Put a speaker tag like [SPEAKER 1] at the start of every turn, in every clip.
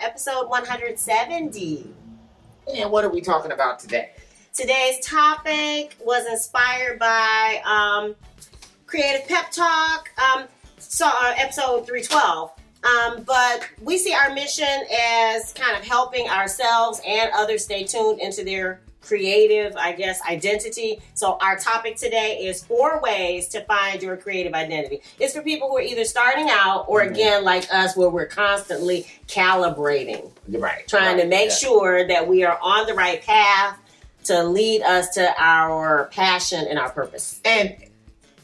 [SPEAKER 1] episode 170.
[SPEAKER 2] And what are we talking about today?
[SPEAKER 1] Today's topic was inspired by um, Creative Pep Talk, um, so, uh, episode 312. Um, but we see our mission as kind of helping ourselves and others stay tuned into their creative, I guess, identity. So our topic today is four ways to find your creative identity. It's for people who are either starting out or
[SPEAKER 2] Mhm.
[SPEAKER 1] again like us where we're constantly calibrating,
[SPEAKER 2] You're right.
[SPEAKER 1] trying to
[SPEAKER 2] right,
[SPEAKER 1] make
[SPEAKER 2] yeah.
[SPEAKER 1] sure that we are on the right path to lead us to our passion and our purpose.
[SPEAKER 2] And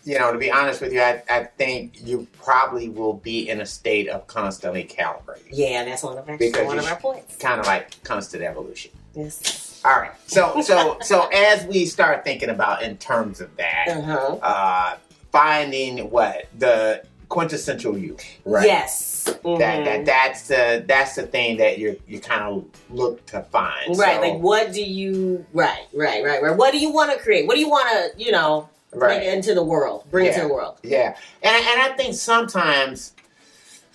[SPEAKER 2] you know, to be honest with you, I, I think you probably will be in a state of constantly calibrating,
[SPEAKER 1] Yeah, that's one of our
[SPEAKER 2] Because
[SPEAKER 1] one
[SPEAKER 2] you
[SPEAKER 1] of our points.
[SPEAKER 2] kind of like constant evolution.
[SPEAKER 1] Yes.
[SPEAKER 2] All right. So so so as we start thinking about in terms of that,
[SPEAKER 1] Uh-huh.
[SPEAKER 2] uh, finding what the quintessential you, right?
[SPEAKER 1] Yes.
[SPEAKER 2] That,
[SPEAKER 1] Mhm.
[SPEAKER 2] that that's the that's the thing that you're you kind of look to find.
[SPEAKER 1] Mm-hmm. Right,
[SPEAKER 2] So-
[SPEAKER 1] like what do you right, right, right, right. What do you want to create? What do you want to, you know,
[SPEAKER 2] right.
[SPEAKER 1] bring it into the world. Bring it
[SPEAKER 2] Yeah.
[SPEAKER 1] to the world.
[SPEAKER 2] Yeah, and I- and I think sometimes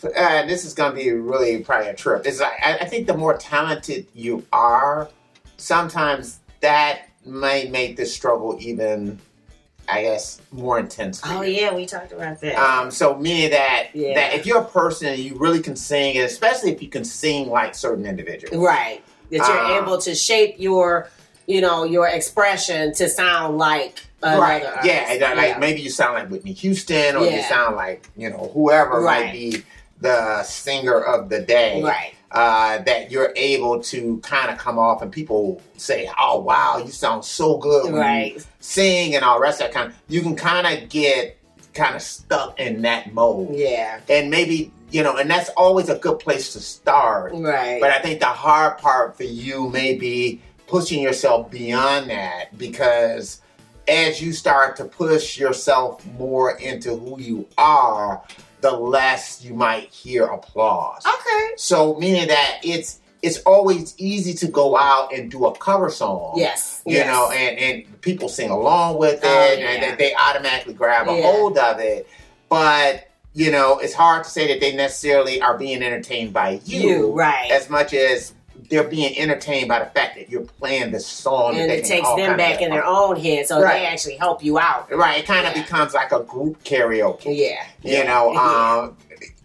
[SPEAKER 2] uh, this is going to be really probably a trip. Is I, I think the more talented you are, sometimes that might make the struggle even, I guess, more intense. for
[SPEAKER 1] Oh
[SPEAKER 2] you.
[SPEAKER 1] yeah, we talked about that.
[SPEAKER 2] Um, so meaning that
[SPEAKER 1] Yeah.
[SPEAKER 2] that if you're a person and you really can sing, and especially if you can sing like certain individuals,
[SPEAKER 1] right, that you're
[SPEAKER 2] um,
[SPEAKER 1] able to shape your, you know, your expression to sound like another.
[SPEAKER 2] right?
[SPEAKER 1] artist.
[SPEAKER 2] Yeah, and that, like
[SPEAKER 1] Yeah.
[SPEAKER 2] maybe you sound like Whitney Houston, or you
[SPEAKER 1] Yeah.
[SPEAKER 2] sound like you know whoever
[SPEAKER 1] Right.
[SPEAKER 2] might be the singer of the day,
[SPEAKER 1] right,
[SPEAKER 2] uh, that you're able to kind of come off and people say, "Oh wow, you sound so good when you
[SPEAKER 1] right.
[SPEAKER 2] sing and all the rest of that kind." Of, you can kind of get kind of stuck in that mode,
[SPEAKER 1] Yeah,
[SPEAKER 2] and maybe you know, and that's always a good place to start.
[SPEAKER 1] right.
[SPEAKER 2] But I think the hard part for you may be pushing yourself beyond that because as you start to push yourself more into who you are, the less you might hear applause.
[SPEAKER 1] okay.
[SPEAKER 2] So meaning that it's it's always easy to go out and do a cover song.
[SPEAKER 1] Yes.
[SPEAKER 2] You
[SPEAKER 1] yes.
[SPEAKER 2] know, and, and people sing along with it
[SPEAKER 1] Oh,
[SPEAKER 2] and
[SPEAKER 1] yeah.
[SPEAKER 2] they, they automatically grab a
[SPEAKER 1] Yeah.
[SPEAKER 2] hold of it. But, you know, it's hard to say that they necessarily are being entertained by you,
[SPEAKER 1] you right.
[SPEAKER 2] as much as they're being entertained by the fact that you're playing the song. that
[SPEAKER 1] And
[SPEAKER 2] they
[SPEAKER 1] it
[SPEAKER 2] can
[SPEAKER 1] takes
[SPEAKER 2] all
[SPEAKER 1] them
[SPEAKER 2] kinda
[SPEAKER 1] back in their
[SPEAKER 2] get-
[SPEAKER 1] own head, so
[SPEAKER 2] Right.
[SPEAKER 1] they actually help you out.
[SPEAKER 2] Right, it kind of
[SPEAKER 1] Yeah.
[SPEAKER 2] becomes like a group karaoke
[SPEAKER 1] Yeah,
[SPEAKER 2] you know
[SPEAKER 1] Yeah.
[SPEAKER 2] um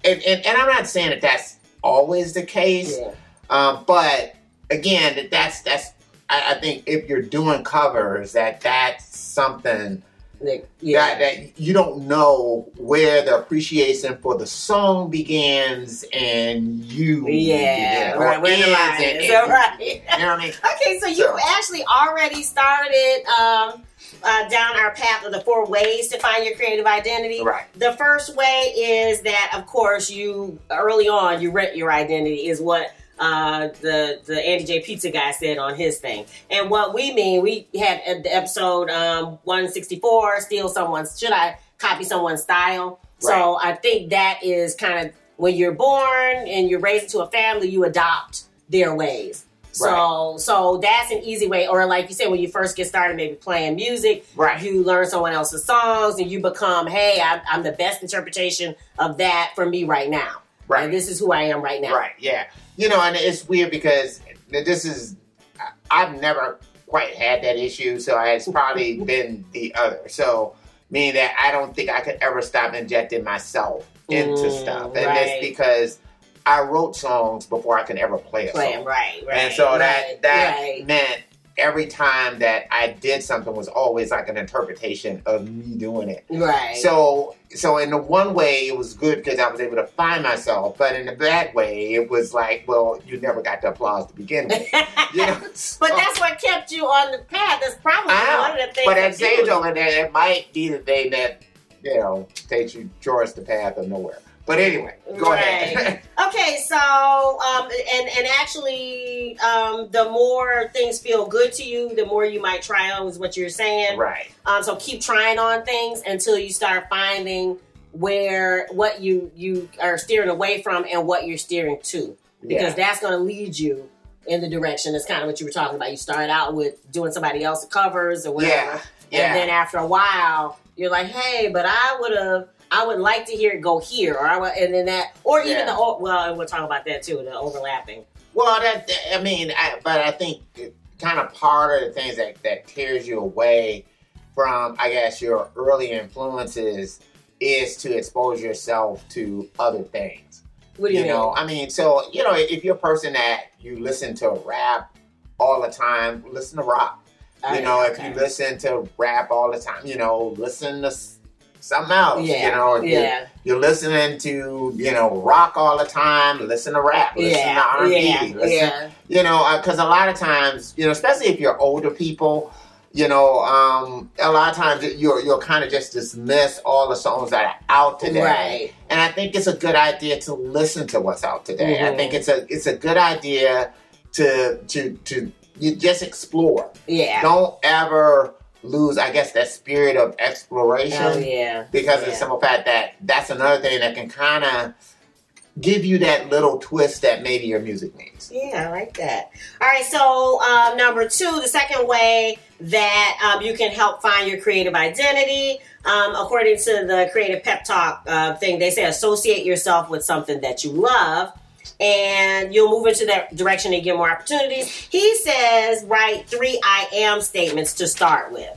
[SPEAKER 2] and, and, and i'm not saying that that's always the case
[SPEAKER 1] yeah.
[SPEAKER 2] um but again that that's that's I, I think if you're doing covers that that's something
[SPEAKER 1] Like, yeah.
[SPEAKER 2] that, that you don't know where the appreciation for the song begins and you
[SPEAKER 1] yeah,
[SPEAKER 2] begin, or
[SPEAKER 1] right. Where the
[SPEAKER 2] ends
[SPEAKER 1] line
[SPEAKER 2] and-
[SPEAKER 1] is,
[SPEAKER 2] and-
[SPEAKER 1] right?
[SPEAKER 2] you know what i mean
[SPEAKER 1] Okay, so you
[SPEAKER 2] So-
[SPEAKER 1] actually already started um, uh, down our path of the four ways to find your creative identity.
[SPEAKER 2] right
[SPEAKER 1] The first way is that, of course, you early on you rent your identity is what uh, the the Andy J Pizza guy said on his thing, and what we mean we had at the episode um, one sixty four steal someone's should I copy someone's style? So I think that is kind of when you're born and you're raised into a family, you adopt their ways. So, so that's an easy way. Or like you said, when you first get started, maybe playing music,
[SPEAKER 2] right
[SPEAKER 1] you learn someone else's songs and you become, hey, I, I'm the best interpretation of that for me right now.
[SPEAKER 2] right
[SPEAKER 1] And this is who I am right now.
[SPEAKER 2] Right. Yeah. You know, and it's weird because this is I- I've never quite had that issue, so it's probably been the other. So meaning that I don't think I could ever stop injecting myself into
[SPEAKER 1] Mm,
[SPEAKER 2] stuff, and
[SPEAKER 1] right.
[SPEAKER 2] it's because I wrote songs before I can ever play a
[SPEAKER 1] Play
[SPEAKER 2] song,
[SPEAKER 1] 'em, right, right.
[SPEAKER 2] and so
[SPEAKER 1] right,
[SPEAKER 2] that that
[SPEAKER 1] right.
[SPEAKER 2] meant. Every time that I did something was always like an interpretation of me doing it.
[SPEAKER 1] right.
[SPEAKER 2] So, so in the one way, it was good because I was able to find myself, but in the bad way, it was like, well, you never got the applause to begin with. You know?
[SPEAKER 1] but that's what kept you on the path. That's probably
[SPEAKER 2] oh. I know.
[SPEAKER 1] one of the things
[SPEAKER 2] but
[SPEAKER 1] that
[SPEAKER 2] at the same
[SPEAKER 1] you-
[SPEAKER 2] token, that it might be the thing that you know takes you towards the path of nowhere. But anyway, go ahead.
[SPEAKER 1] Okay, so um, and and actually, um, the more things feel good to you, the more you might try on. Is what you're saying.
[SPEAKER 2] right.
[SPEAKER 1] Um, so keep trying on things until you start finding where what you you are steering away from and what you're steering to, because
[SPEAKER 2] Yeah.
[SPEAKER 1] that's going to lead you in the direction. That's kind of what you were talking about. You start out with doing somebody else's covers or whatever,
[SPEAKER 2] Yeah. Yeah.
[SPEAKER 1] and then after a while, you're like, hey, but I would have. I would like to hear it go here, or I would, and then that, or even
[SPEAKER 2] Yeah.
[SPEAKER 1] the o- well, and we'll talk about that too, the overlapping.
[SPEAKER 2] Well, that, that- I mean, I, but I think kind of part of the things that, that tears you away from, I guess, your early influences is to expose yourself to other things.
[SPEAKER 1] What do you, mean?
[SPEAKER 2] know, I mean, so you know, if you're a person that you listen to rap all the time, listen to rock.
[SPEAKER 1] I-
[SPEAKER 2] you know, if
[SPEAKER 1] Oh, okay.
[SPEAKER 2] you listen to rap all the time, you know, listen to s- something else.
[SPEAKER 1] yeah,
[SPEAKER 2] You know, if you-
[SPEAKER 1] yeah,
[SPEAKER 2] you're listening to you know rock all the time. Listen to rap. Listen to
[SPEAKER 1] yeah,
[SPEAKER 2] R&B.
[SPEAKER 1] yeah,
[SPEAKER 2] listen-
[SPEAKER 1] yeah.
[SPEAKER 2] You know, because a lot of times, you know, especially if you're older people, you know, um, a lot of times you're you're kind of just dismiss all the songs that are out today.
[SPEAKER 1] Right.
[SPEAKER 2] And I think it's a good idea to listen to what's out today.
[SPEAKER 1] Mhm.
[SPEAKER 2] I think it's a it's a good idea to to to you just explore.
[SPEAKER 1] Yeah.
[SPEAKER 2] Don't ever lose, I guess, that spirit of exploration
[SPEAKER 1] Oh, yeah.
[SPEAKER 2] because of
[SPEAKER 1] Yeah.
[SPEAKER 2] the simple fact that that's another thing that can kind of give you that little twist that maybe your music needs.
[SPEAKER 1] Yeah, I like that. All right, so um, number two, the second way that um, you can help find your creative identity, um, according to the creative pep talk uh, thing, they say associate yourself with something that you love, and you'll move into that direction and get more opportunities. He says write three I am statements to start with,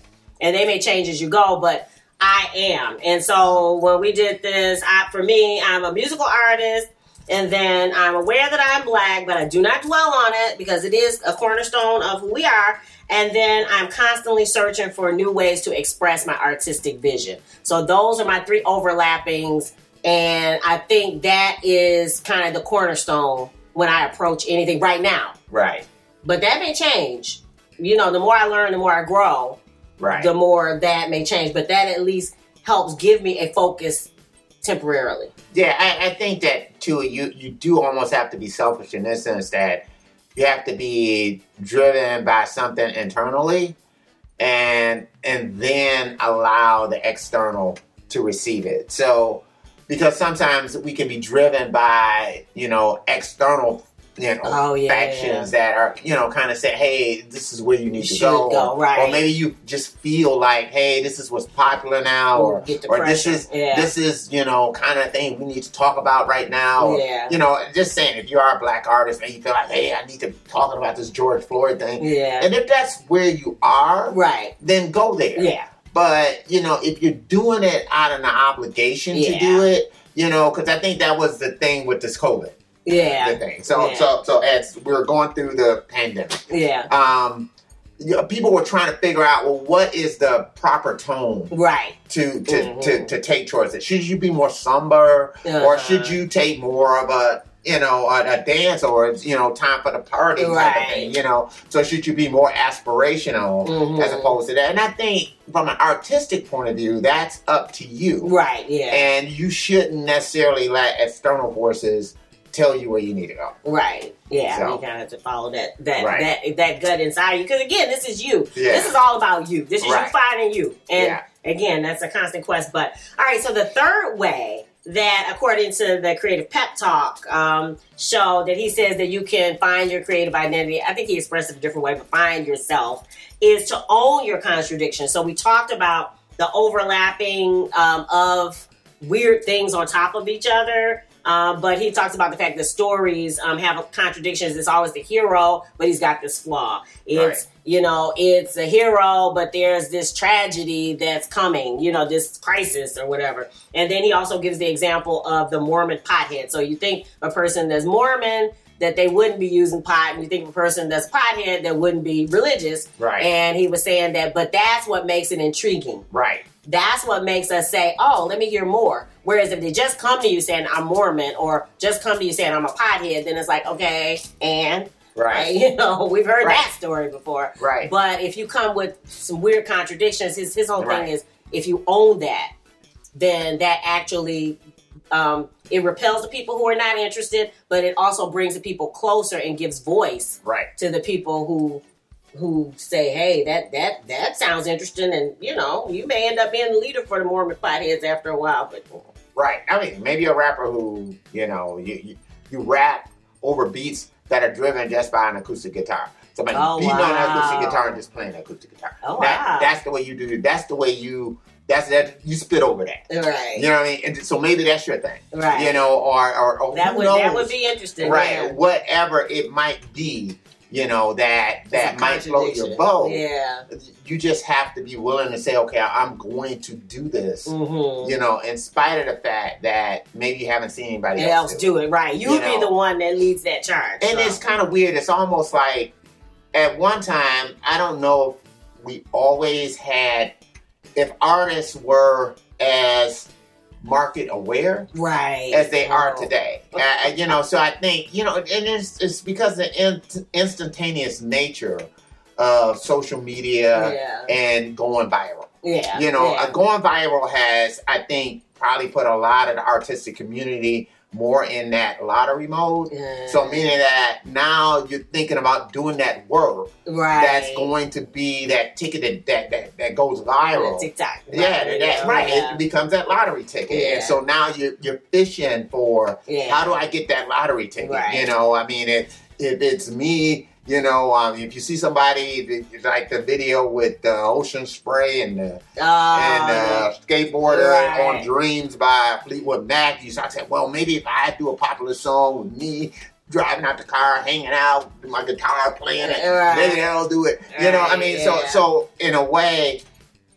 [SPEAKER 1] and they may change as you go, but I am. And so when we did this, I, for me, I'm a musical artist. And then I'm aware that I'm black, but I do not dwell on it because it is a cornerstone of who we are. And then I'm constantly searching for new ways to express my artistic vision. So those are my three overlappings. And I think that is kind of the cornerstone when I approach anything right now.
[SPEAKER 2] Right,
[SPEAKER 1] But that may change. You know, the more I learn, the more I grow,
[SPEAKER 2] right.
[SPEAKER 1] the more that may change. But that at least helps give me a focus temporarily.
[SPEAKER 2] yeah, I, I think that too. You you do almost have to be selfish in this sense that you have to be driven by something internally, and and then allow the external to receive it. So because sometimes we can be driven by you know external you know
[SPEAKER 1] Oh, yeah.
[SPEAKER 2] factions that are, you know, kind of say, hey, this is where you need
[SPEAKER 1] You
[SPEAKER 2] to
[SPEAKER 1] should
[SPEAKER 2] go.
[SPEAKER 1] go, right.
[SPEAKER 2] Or maybe you just feel like, hey, this is what's popular now, or,
[SPEAKER 1] Get the
[SPEAKER 2] or this
[SPEAKER 1] pressure.
[SPEAKER 2] is,
[SPEAKER 1] Yeah.
[SPEAKER 2] this is, you know, kind of thing we need to talk about right now. Or,
[SPEAKER 1] Yeah.
[SPEAKER 2] You know, just saying, if you are a black artist and you feel like, hey, I need to be talking about this George Floyd thing.
[SPEAKER 1] Yeah.
[SPEAKER 2] And if that's where you are,
[SPEAKER 1] Right.
[SPEAKER 2] then go there.
[SPEAKER 1] Yeah.
[SPEAKER 2] But you know, if you're doing it out of an obligation
[SPEAKER 1] Yeah.
[SPEAKER 2] to do it, you know, because I think that was the thing with this COVID
[SPEAKER 1] Yeah.
[SPEAKER 2] the thing. So
[SPEAKER 1] Yeah.
[SPEAKER 2] so so as we were going through the pandemic,
[SPEAKER 1] Yeah.
[SPEAKER 2] um, you know, people were trying to figure out well, what is the proper tone
[SPEAKER 1] Right.
[SPEAKER 2] to to
[SPEAKER 1] Mhm.
[SPEAKER 2] to, to take towards it? Should you be more somber,
[SPEAKER 1] Uh-huh.
[SPEAKER 2] or should you take more of a you know a, a dance or you know time for the party type
[SPEAKER 1] Right.
[SPEAKER 2] of thing? You know, so should you be more aspirational?
[SPEAKER 1] Mhm.
[SPEAKER 2] As opposed to that, and I think from an artistic point of view, that's up to you
[SPEAKER 1] Right. Yeah.
[SPEAKER 2] and you shouldn't necessarily let external forces tell you where you need to go.
[SPEAKER 1] right. Yeah.
[SPEAKER 2] So.
[SPEAKER 1] You kind of have to follow that that
[SPEAKER 2] Right.
[SPEAKER 1] that that gut inside you because again, this is you.
[SPEAKER 2] Yeah.
[SPEAKER 1] This is all about you. This is
[SPEAKER 2] Right.
[SPEAKER 1] you finding you. And
[SPEAKER 2] Yeah.
[SPEAKER 1] again, that's a constant quest. But all right. So the third way that, according to the creative pep talk um, show, that he says that you can find your creative identity. I think he expressed it a different way, but find yourself is to own your contradiction. So we talked about the overlapping um, of weird things on top of each other. Um, but he talks about the fact that stories um, have contradictions. It's always the hero, but he's got this flaw. It's
[SPEAKER 2] Right.
[SPEAKER 1] you know, it's a hero, but there's this tragedy that's coming. You know, this crisis or whatever. And then he also gives the example of the Mormon pothead. So you think a person that's Mormon that they wouldn't be using pot, and you think a person that's pothead that wouldn't be religious.
[SPEAKER 2] Right.
[SPEAKER 1] And he was saying that, but that's what makes it intriguing.
[SPEAKER 2] Right.
[SPEAKER 1] That's what makes us say, oh, let me hear more. Whereas if they just come to you saying, I'm Mormon, or just come to you saying, I'm a pothead, then it's like, okay, and,
[SPEAKER 2] Right.
[SPEAKER 1] you know, we've heard
[SPEAKER 2] Right.
[SPEAKER 1] that story before.
[SPEAKER 2] Right.
[SPEAKER 1] But if you come with some weird contradictions, his, his whole
[SPEAKER 2] Right.
[SPEAKER 1] thing is if you own that, then that actually um, it repels the people who are not interested, but it also brings the people closer and gives voice
[SPEAKER 2] Right.
[SPEAKER 1] to the people who who say, "Hey, that that that sounds interesting," and you know, you may end up being the leader for the Mormon potheads after a while. But oh,
[SPEAKER 2] Right. I mean, maybe a rapper who you know you you, you rap over beats that are driven just by an acoustic guitar. Somebody
[SPEAKER 1] Oh,
[SPEAKER 2] beating on an
[SPEAKER 1] wow.
[SPEAKER 2] acoustic guitar and just playing an acoustic guitar.
[SPEAKER 1] oh
[SPEAKER 2] That-
[SPEAKER 1] wow,
[SPEAKER 2] That's the way you do. That's the way you That's that you spit over that.
[SPEAKER 1] Right.
[SPEAKER 2] You know what I mean? And so maybe that's your thing.
[SPEAKER 1] Right.
[SPEAKER 2] You know, or or, or
[SPEAKER 1] that
[SPEAKER 2] who
[SPEAKER 1] would
[SPEAKER 2] knows?
[SPEAKER 1] that would be interesting.
[SPEAKER 2] right.
[SPEAKER 1] Yeah.
[SPEAKER 2] Whatever it might be, you know that that
[SPEAKER 1] It's a
[SPEAKER 2] might float your
[SPEAKER 1] contradiction.
[SPEAKER 2] boat.
[SPEAKER 1] Yeah.
[SPEAKER 2] You just have to be willing to say, okay, I'm going to do this.
[SPEAKER 1] Mm-hmm.
[SPEAKER 2] You know, in spite of the fact that maybe you haven't seen anybody else,
[SPEAKER 1] Else do it right. You,
[SPEAKER 2] You
[SPEAKER 1] be
[SPEAKER 2] know.
[SPEAKER 1] the one that leads that charge.
[SPEAKER 2] And
[SPEAKER 1] so.
[SPEAKER 2] it's kind of weird. It's almost like at one time, I don't know if we always had, if artists were as market aware
[SPEAKER 1] right
[SPEAKER 2] as they are
[SPEAKER 1] Oh.
[SPEAKER 2] today. Uh, you know, so I think, you know, and it's, it's because the in, instantaneous nature of social media
[SPEAKER 1] Yeah.
[SPEAKER 2] uh, and going viral.
[SPEAKER 1] Yeah.
[SPEAKER 2] You know,
[SPEAKER 1] Yeah.
[SPEAKER 2] uh, going viral has, I think, probably put a lot of the artistic community more in that lottery mode.
[SPEAKER 1] Yeah.
[SPEAKER 2] So meaning that now you're thinking about doing that work
[SPEAKER 1] right.
[SPEAKER 2] that's going to be that ticket that that, that, that goes viral.
[SPEAKER 1] TikTok.
[SPEAKER 2] Yeah, that, that- right.
[SPEAKER 1] Yeah.
[SPEAKER 2] It becomes that lottery ticket,
[SPEAKER 1] Yeah.
[SPEAKER 2] and so now you're you're fishing for
[SPEAKER 1] Yeah.
[SPEAKER 2] how do I get that lottery ticket?
[SPEAKER 1] Right.
[SPEAKER 2] You know, I mean, if if it's me, you know, um, if you see somebody that- like the video with the ocean spray and the
[SPEAKER 1] Oh,
[SPEAKER 2] and uh, skateboarder
[SPEAKER 1] Right.
[SPEAKER 2] on Dreams by Fleetwood Mac. You start saying, well, maybe if I do a popular song with me driving out the car, hanging out, with my guitar playing, it,
[SPEAKER 1] Right.
[SPEAKER 2] maybe that'll do it. You know, I
[SPEAKER 1] Right,
[SPEAKER 2] mean, so
[SPEAKER 1] yeah.
[SPEAKER 2] so in a way,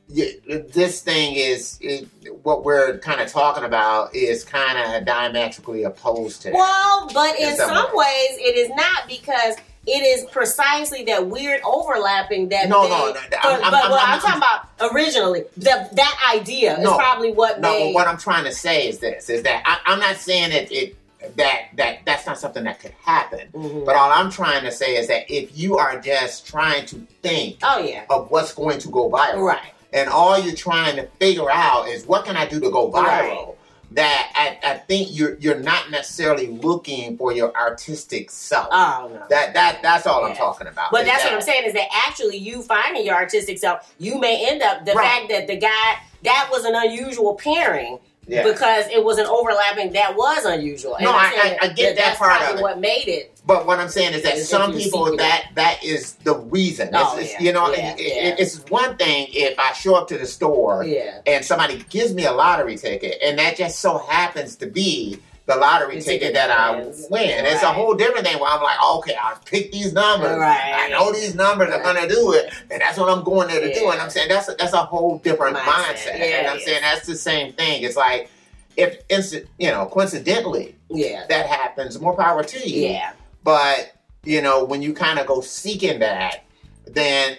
[SPEAKER 2] you, this thing is it, what we're kind of talking about is kind of diametrically opposed to. that.
[SPEAKER 1] Well, but in
[SPEAKER 2] In
[SPEAKER 1] some,
[SPEAKER 2] some
[SPEAKER 1] ways, it is not because it is precisely that weird overlapping that.
[SPEAKER 2] No,
[SPEAKER 1] they-
[SPEAKER 2] no, no,
[SPEAKER 1] but,
[SPEAKER 2] I'm- I'm-
[SPEAKER 1] but what I'm,
[SPEAKER 2] I'm-
[SPEAKER 1] talking about originally, that that idea is
[SPEAKER 2] No.
[SPEAKER 1] probably what
[SPEAKER 2] No,
[SPEAKER 1] they.
[SPEAKER 2] but what I'm trying to say is this: is that I, I'm not saying that it that that that's not something that could happen.
[SPEAKER 1] Mhm.
[SPEAKER 2] But all I'm trying to say is that if you are just trying to think
[SPEAKER 1] oh yeah,
[SPEAKER 2] of what's going to go viral,
[SPEAKER 1] right.
[SPEAKER 2] and all you're trying to figure out is what can I do to go viral,
[SPEAKER 1] Right.
[SPEAKER 2] that I, I think you're you're not necessarily looking for your artistic self.
[SPEAKER 1] Oh no.
[SPEAKER 2] that that that's all I'm
[SPEAKER 1] Yeah.
[SPEAKER 2] talking about.
[SPEAKER 1] But
[SPEAKER 2] is
[SPEAKER 1] that's what
[SPEAKER 2] that-
[SPEAKER 1] I'm saying is that actually you finding your artistic self, you may end up the
[SPEAKER 2] Right.
[SPEAKER 1] fact that the guy that was an unusual pairing
[SPEAKER 2] Yeah.
[SPEAKER 1] because it was an overlapping that was unusual. And
[SPEAKER 2] No,
[SPEAKER 1] I'm
[SPEAKER 2] I-
[SPEAKER 1] saying
[SPEAKER 2] I- I get that
[SPEAKER 1] that's
[SPEAKER 2] part
[SPEAKER 1] probably
[SPEAKER 2] of it.
[SPEAKER 1] What made it
[SPEAKER 2] But what I'm saying is that
[SPEAKER 1] Is if
[SPEAKER 2] some
[SPEAKER 1] you
[SPEAKER 2] people
[SPEAKER 1] seek it.
[SPEAKER 2] that that is the reason.
[SPEAKER 1] Oh,
[SPEAKER 2] It's- it's-
[SPEAKER 1] yeah,
[SPEAKER 2] you know,
[SPEAKER 1] yeah,
[SPEAKER 2] it-
[SPEAKER 1] yeah.
[SPEAKER 2] it- it's one thing if I show up to the store
[SPEAKER 1] yeah
[SPEAKER 2] and somebody gives me a lottery ticket, and that just so happens to be the lottery
[SPEAKER 1] The
[SPEAKER 2] ticket,
[SPEAKER 1] ticket
[SPEAKER 2] that I
[SPEAKER 1] wins.
[SPEAKER 2] win. It's a
[SPEAKER 1] Right.
[SPEAKER 2] whole different thing where I'm like, okay, I pick these numbers.
[SPEAKER 1] Right.
[SPEAKER 2] I know these numbers are
[SPEAKER 1] Right.
[SPEAKER 2] gonna do it, and that's what I'm going there to do.
[SPEAKER 1] Yeah.
[SPEAKER 2] And I'm saying that's a, that's a whole different
[SPEAKER 1] Mindset.
[SPEAKER 2] mindset.
[SPEAKER 1] Yeah,
[SPEAKER 2] and
[SPEAKER 1] it
[SPEAKER 2] I'm
[SPEAKER 1] is.
[SPEAKER 2] saying that's the same thing. It's like if inci- you know, coincidentally
[SPEAKER 1] yeah
[SPEAKER 2] that happens, more power to you.
[SPEAKER 1] yeah
[SPEAKER 2] But you know, when you kind of go seeking that, then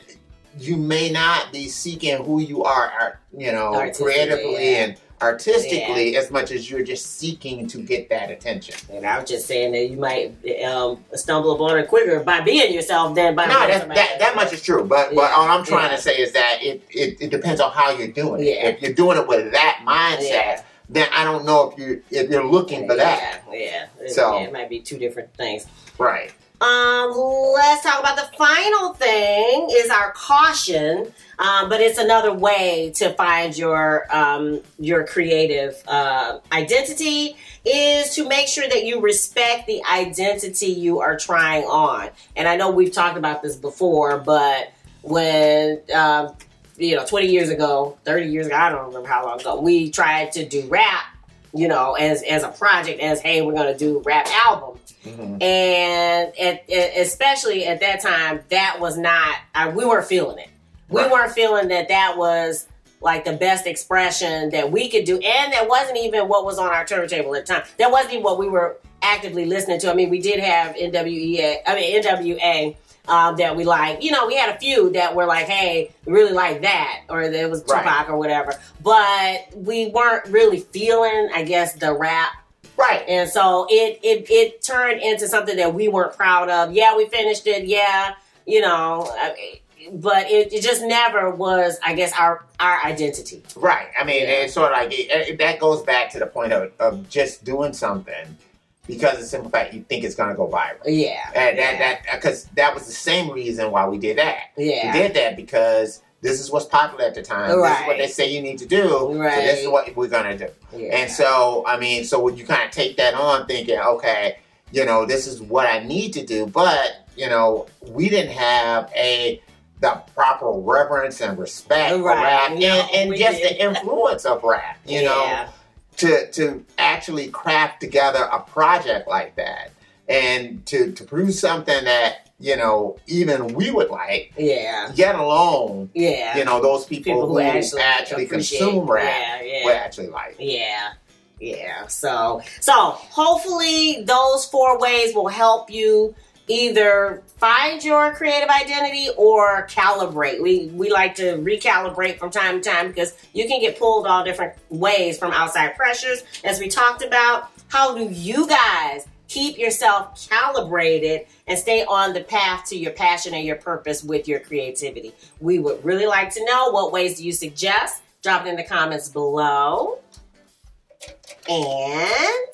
[SPEAKER 2] you may not be seeking who you are, art- you know,
[SPEAKER 1] Artistically,
[SPEAKER 2] creatively
[SPEAKER 1] yeah.
[SPEAKER 2] and artistically as much as you're just seeking to get that attention.
[SPEAKER 1] and I'm just saying that you might um, stumble upon it quicker by being yourself than by
[SPEAKER 2] No,
[SPEAKER 1] being
[SPEAKER 2] that,
[SPEAKER 1] somebody
[SPEAKER 2] that
[SPEAKER 1] else.
[SPEAKER 2] that much is true, but but
[SPEAKER 1] Yeah,
[SPEAKER 2] all I'm trying
[SPEAKER 1] yeah.
[SPEAKER 2] to say is that it, it, it depends on how you're doing it.
[SPEAKER 1] Yeah.
[SPEAKER 2] If you're doing it with that mindset,
[SPEAKER 1] Yeah.
[SPEAKER 2] then I don't know if you if you're looking for that,
[SPEAKER 1] yeah yeah It-
[SPEAKER 2] So-
[SPEAKER 1] yeah, it might be two different things.
[SPEAKER 2] right?
[SPEAKER 1] Um, let's talk about the final thing is our caution, um, but it's another way to find your um, your creative uh, identity is to make sure that you respect the identity you are trying on. And I know we've talked about this before, but when um, you know, 20 years ago, 30 years ago, I don't remember how long ago, we tried to do rap, you know, as as a project, as hey, we're gonna do rap album Mm-hmm.
[SPEAKER 2] Mhm.
[SPEAKER 1] and at, at- especially at that time, that was not. I, we weren't feeling it. We
[SPEAKER 2] Right.
[SPEAKER 1] weren't feeling that that was like the best expression that we could do, and that wasn't even what was on our turntable at the time. That wasn't even what we were actively listening to. I mean, we did have NWEA. I mean NWA. Um, that we like, you know, we had a few that were like, "Hey, we really like that," or that it was Tupac
[SPEAKER 2] Right.
[SPEAKER 1] or whatever. But we weren't really feeling, I guess, the rap
[SPEAKER 2] Right.
[SPEAKER 1] and so it it it turned into something that we weren't proud of. Yeah, we finished it. Yeah, you know, I- but it, it just never was. I guess our our identity.
[SPEAKER 2] Right. I mean,
[SPEAKER 1] Yeah.
[SPEAKER 2] it's sort of like it, it- that goes back to the point of, of just doing something because of the simple fact you think it's going to go viral.
[SPEAKER 1] Yeah, yeah,
[SPEAKER 2] And that that because that, was the same reason why we did that.
[SPEAKER 1] yeah.
[SPEAKER 2] We did that because this is what's popular at the time. This is
[SPEAKER 1] Right.
[SPEAKER 2] what they say you need to do. So this is
[SPEAKER 1] Right.
[SPEAKER 2] what we're going to do.
[SPEAKER 1] yeah.
[SPEAKER 2] And so, I mean, so when you kind of take that on, thinking, okay, you know, this is what I need to do, but you know, we didn't have a the proper reverence and respect for
[SPEAKER 1] Right.
[SPEAKER 2] rap and,
[SPEAKER 1] Yeah,
[SPEAKER 2] and
[SPEAKER 1] we
[SPEAKER 2] just
[SPEAKER 1] did.
[SPEAKER 2] the influence of rap, you know,
[SPEAKER 1] Yeah.
[SPEAKER 2] to, to actually craft together a project like that and to, to produce something that, you know, even we would like,
[SPEAKER 1] Yeah.
[SPEAKER 2] yet alone,
[SPEAKER 1] Yeah.
[SPEAKER 2] you know, those people, who, actually,
[SPEAKER 1] appreciate-
[SPEAKER 2] consume rap
[SPEAKER 1] Yeah, yeah.
[SPEAKER 2] would actually like.
[SPEAKER 1] Yeah. Yeah. So so hopefully those four ways will help you either find your creative identity or calibrate. We we like to recalibrate from time to time because you can get pulled all different ways from outside pressures. As we talked about, how do you guys keep yourself calibrated and stay on the path to your passion and your purpose with your creativity? We would really like to know what ways do you suggest? Drop it in the comments below. And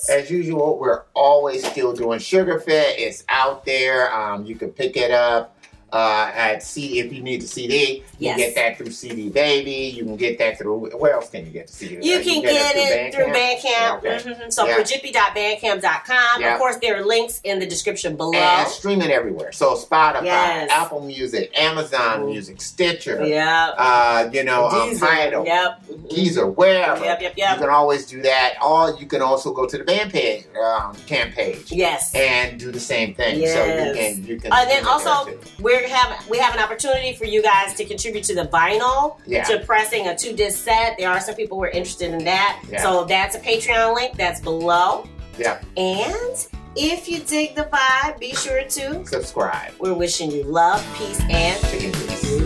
[SPEAKER 2] As usual, we're always still doing Sugar Fit. It's out there. Um, you can pick it up uh, at C if you need the CD. You
[SPEAKER 1] Yes.
[SPEAKER 2] can get that through CD Baby. You can get that through. Where else can you get the CD?
[SPEAKER 1] You can get it through
[SPEAKER 2] Bandcamp.
[SPEAKER 1] Bandcamp.
[SPEAKER 2] Yeah, okay.
[SPEAKER 1] Mhm. So
[SPEAKER 2] Yeah.
[SPEAKER 1] projippy.bandcamp.com.
[SPEAKER 2] Yeah.
[SPEAKER 1] Of course, there are links in the description below.
[SPEAKER 2] And streaming everywhere. So Spotify,
[SPEAKER 1] Yes.
[SPEAKER 2] Apple Music, Amazon
[SPEAKER 1] Mhm.
[SPEAKER 2] Music, Stitcher.
[SPEAKER 1] Yep.
[SPEAKER 2] Uh, you
[SPEAKER 1] Oh,
[SPEAKER 2] know, um,
[SPEAKER 1] Deezer.
[SPEAKER 2] Tidal,
[SPEAKER 1] Yep.
[SPEAKER 2] Deezer, wherever.
[SPEAKER 1] Yep, yep,
[SPEAKER 2] You
[SPEAKER 1] yep.
[SPEAKER 2] can always do that. Or you can also go to the band page, um, camp page.
[SPEAKER 1] Yes.
[SPEAKER 2] and do the same thing.
[SPEAKER 1] Yes.
[SPEAKER 2] So you can you can.
[SPEAKER 1] And then
[SPEAKER 2] do that
[SPEAKER 1] also,
[SPEAKER 2] too.
[SPEAKER 1] we're have we have an opportunity for you guys to contribute to the vinyl,
[SPEAKER 2] Yeah.
[SPEAKER 1] to pressing a two disc set. There are some people who are interested in that,
[SPEAKER 2] Yeah.
[SPEAKER 1] so that's a Patreon link that's below.
[SPEAKER 2] Yeah.
[SPEAKER 1] And if you dig the vibe, be sure to.
[SPEAKER 2] subscribe.
[SPEAKER 1] We're wishing you love, peace, and
[SPEAKER 2] Chicken grease.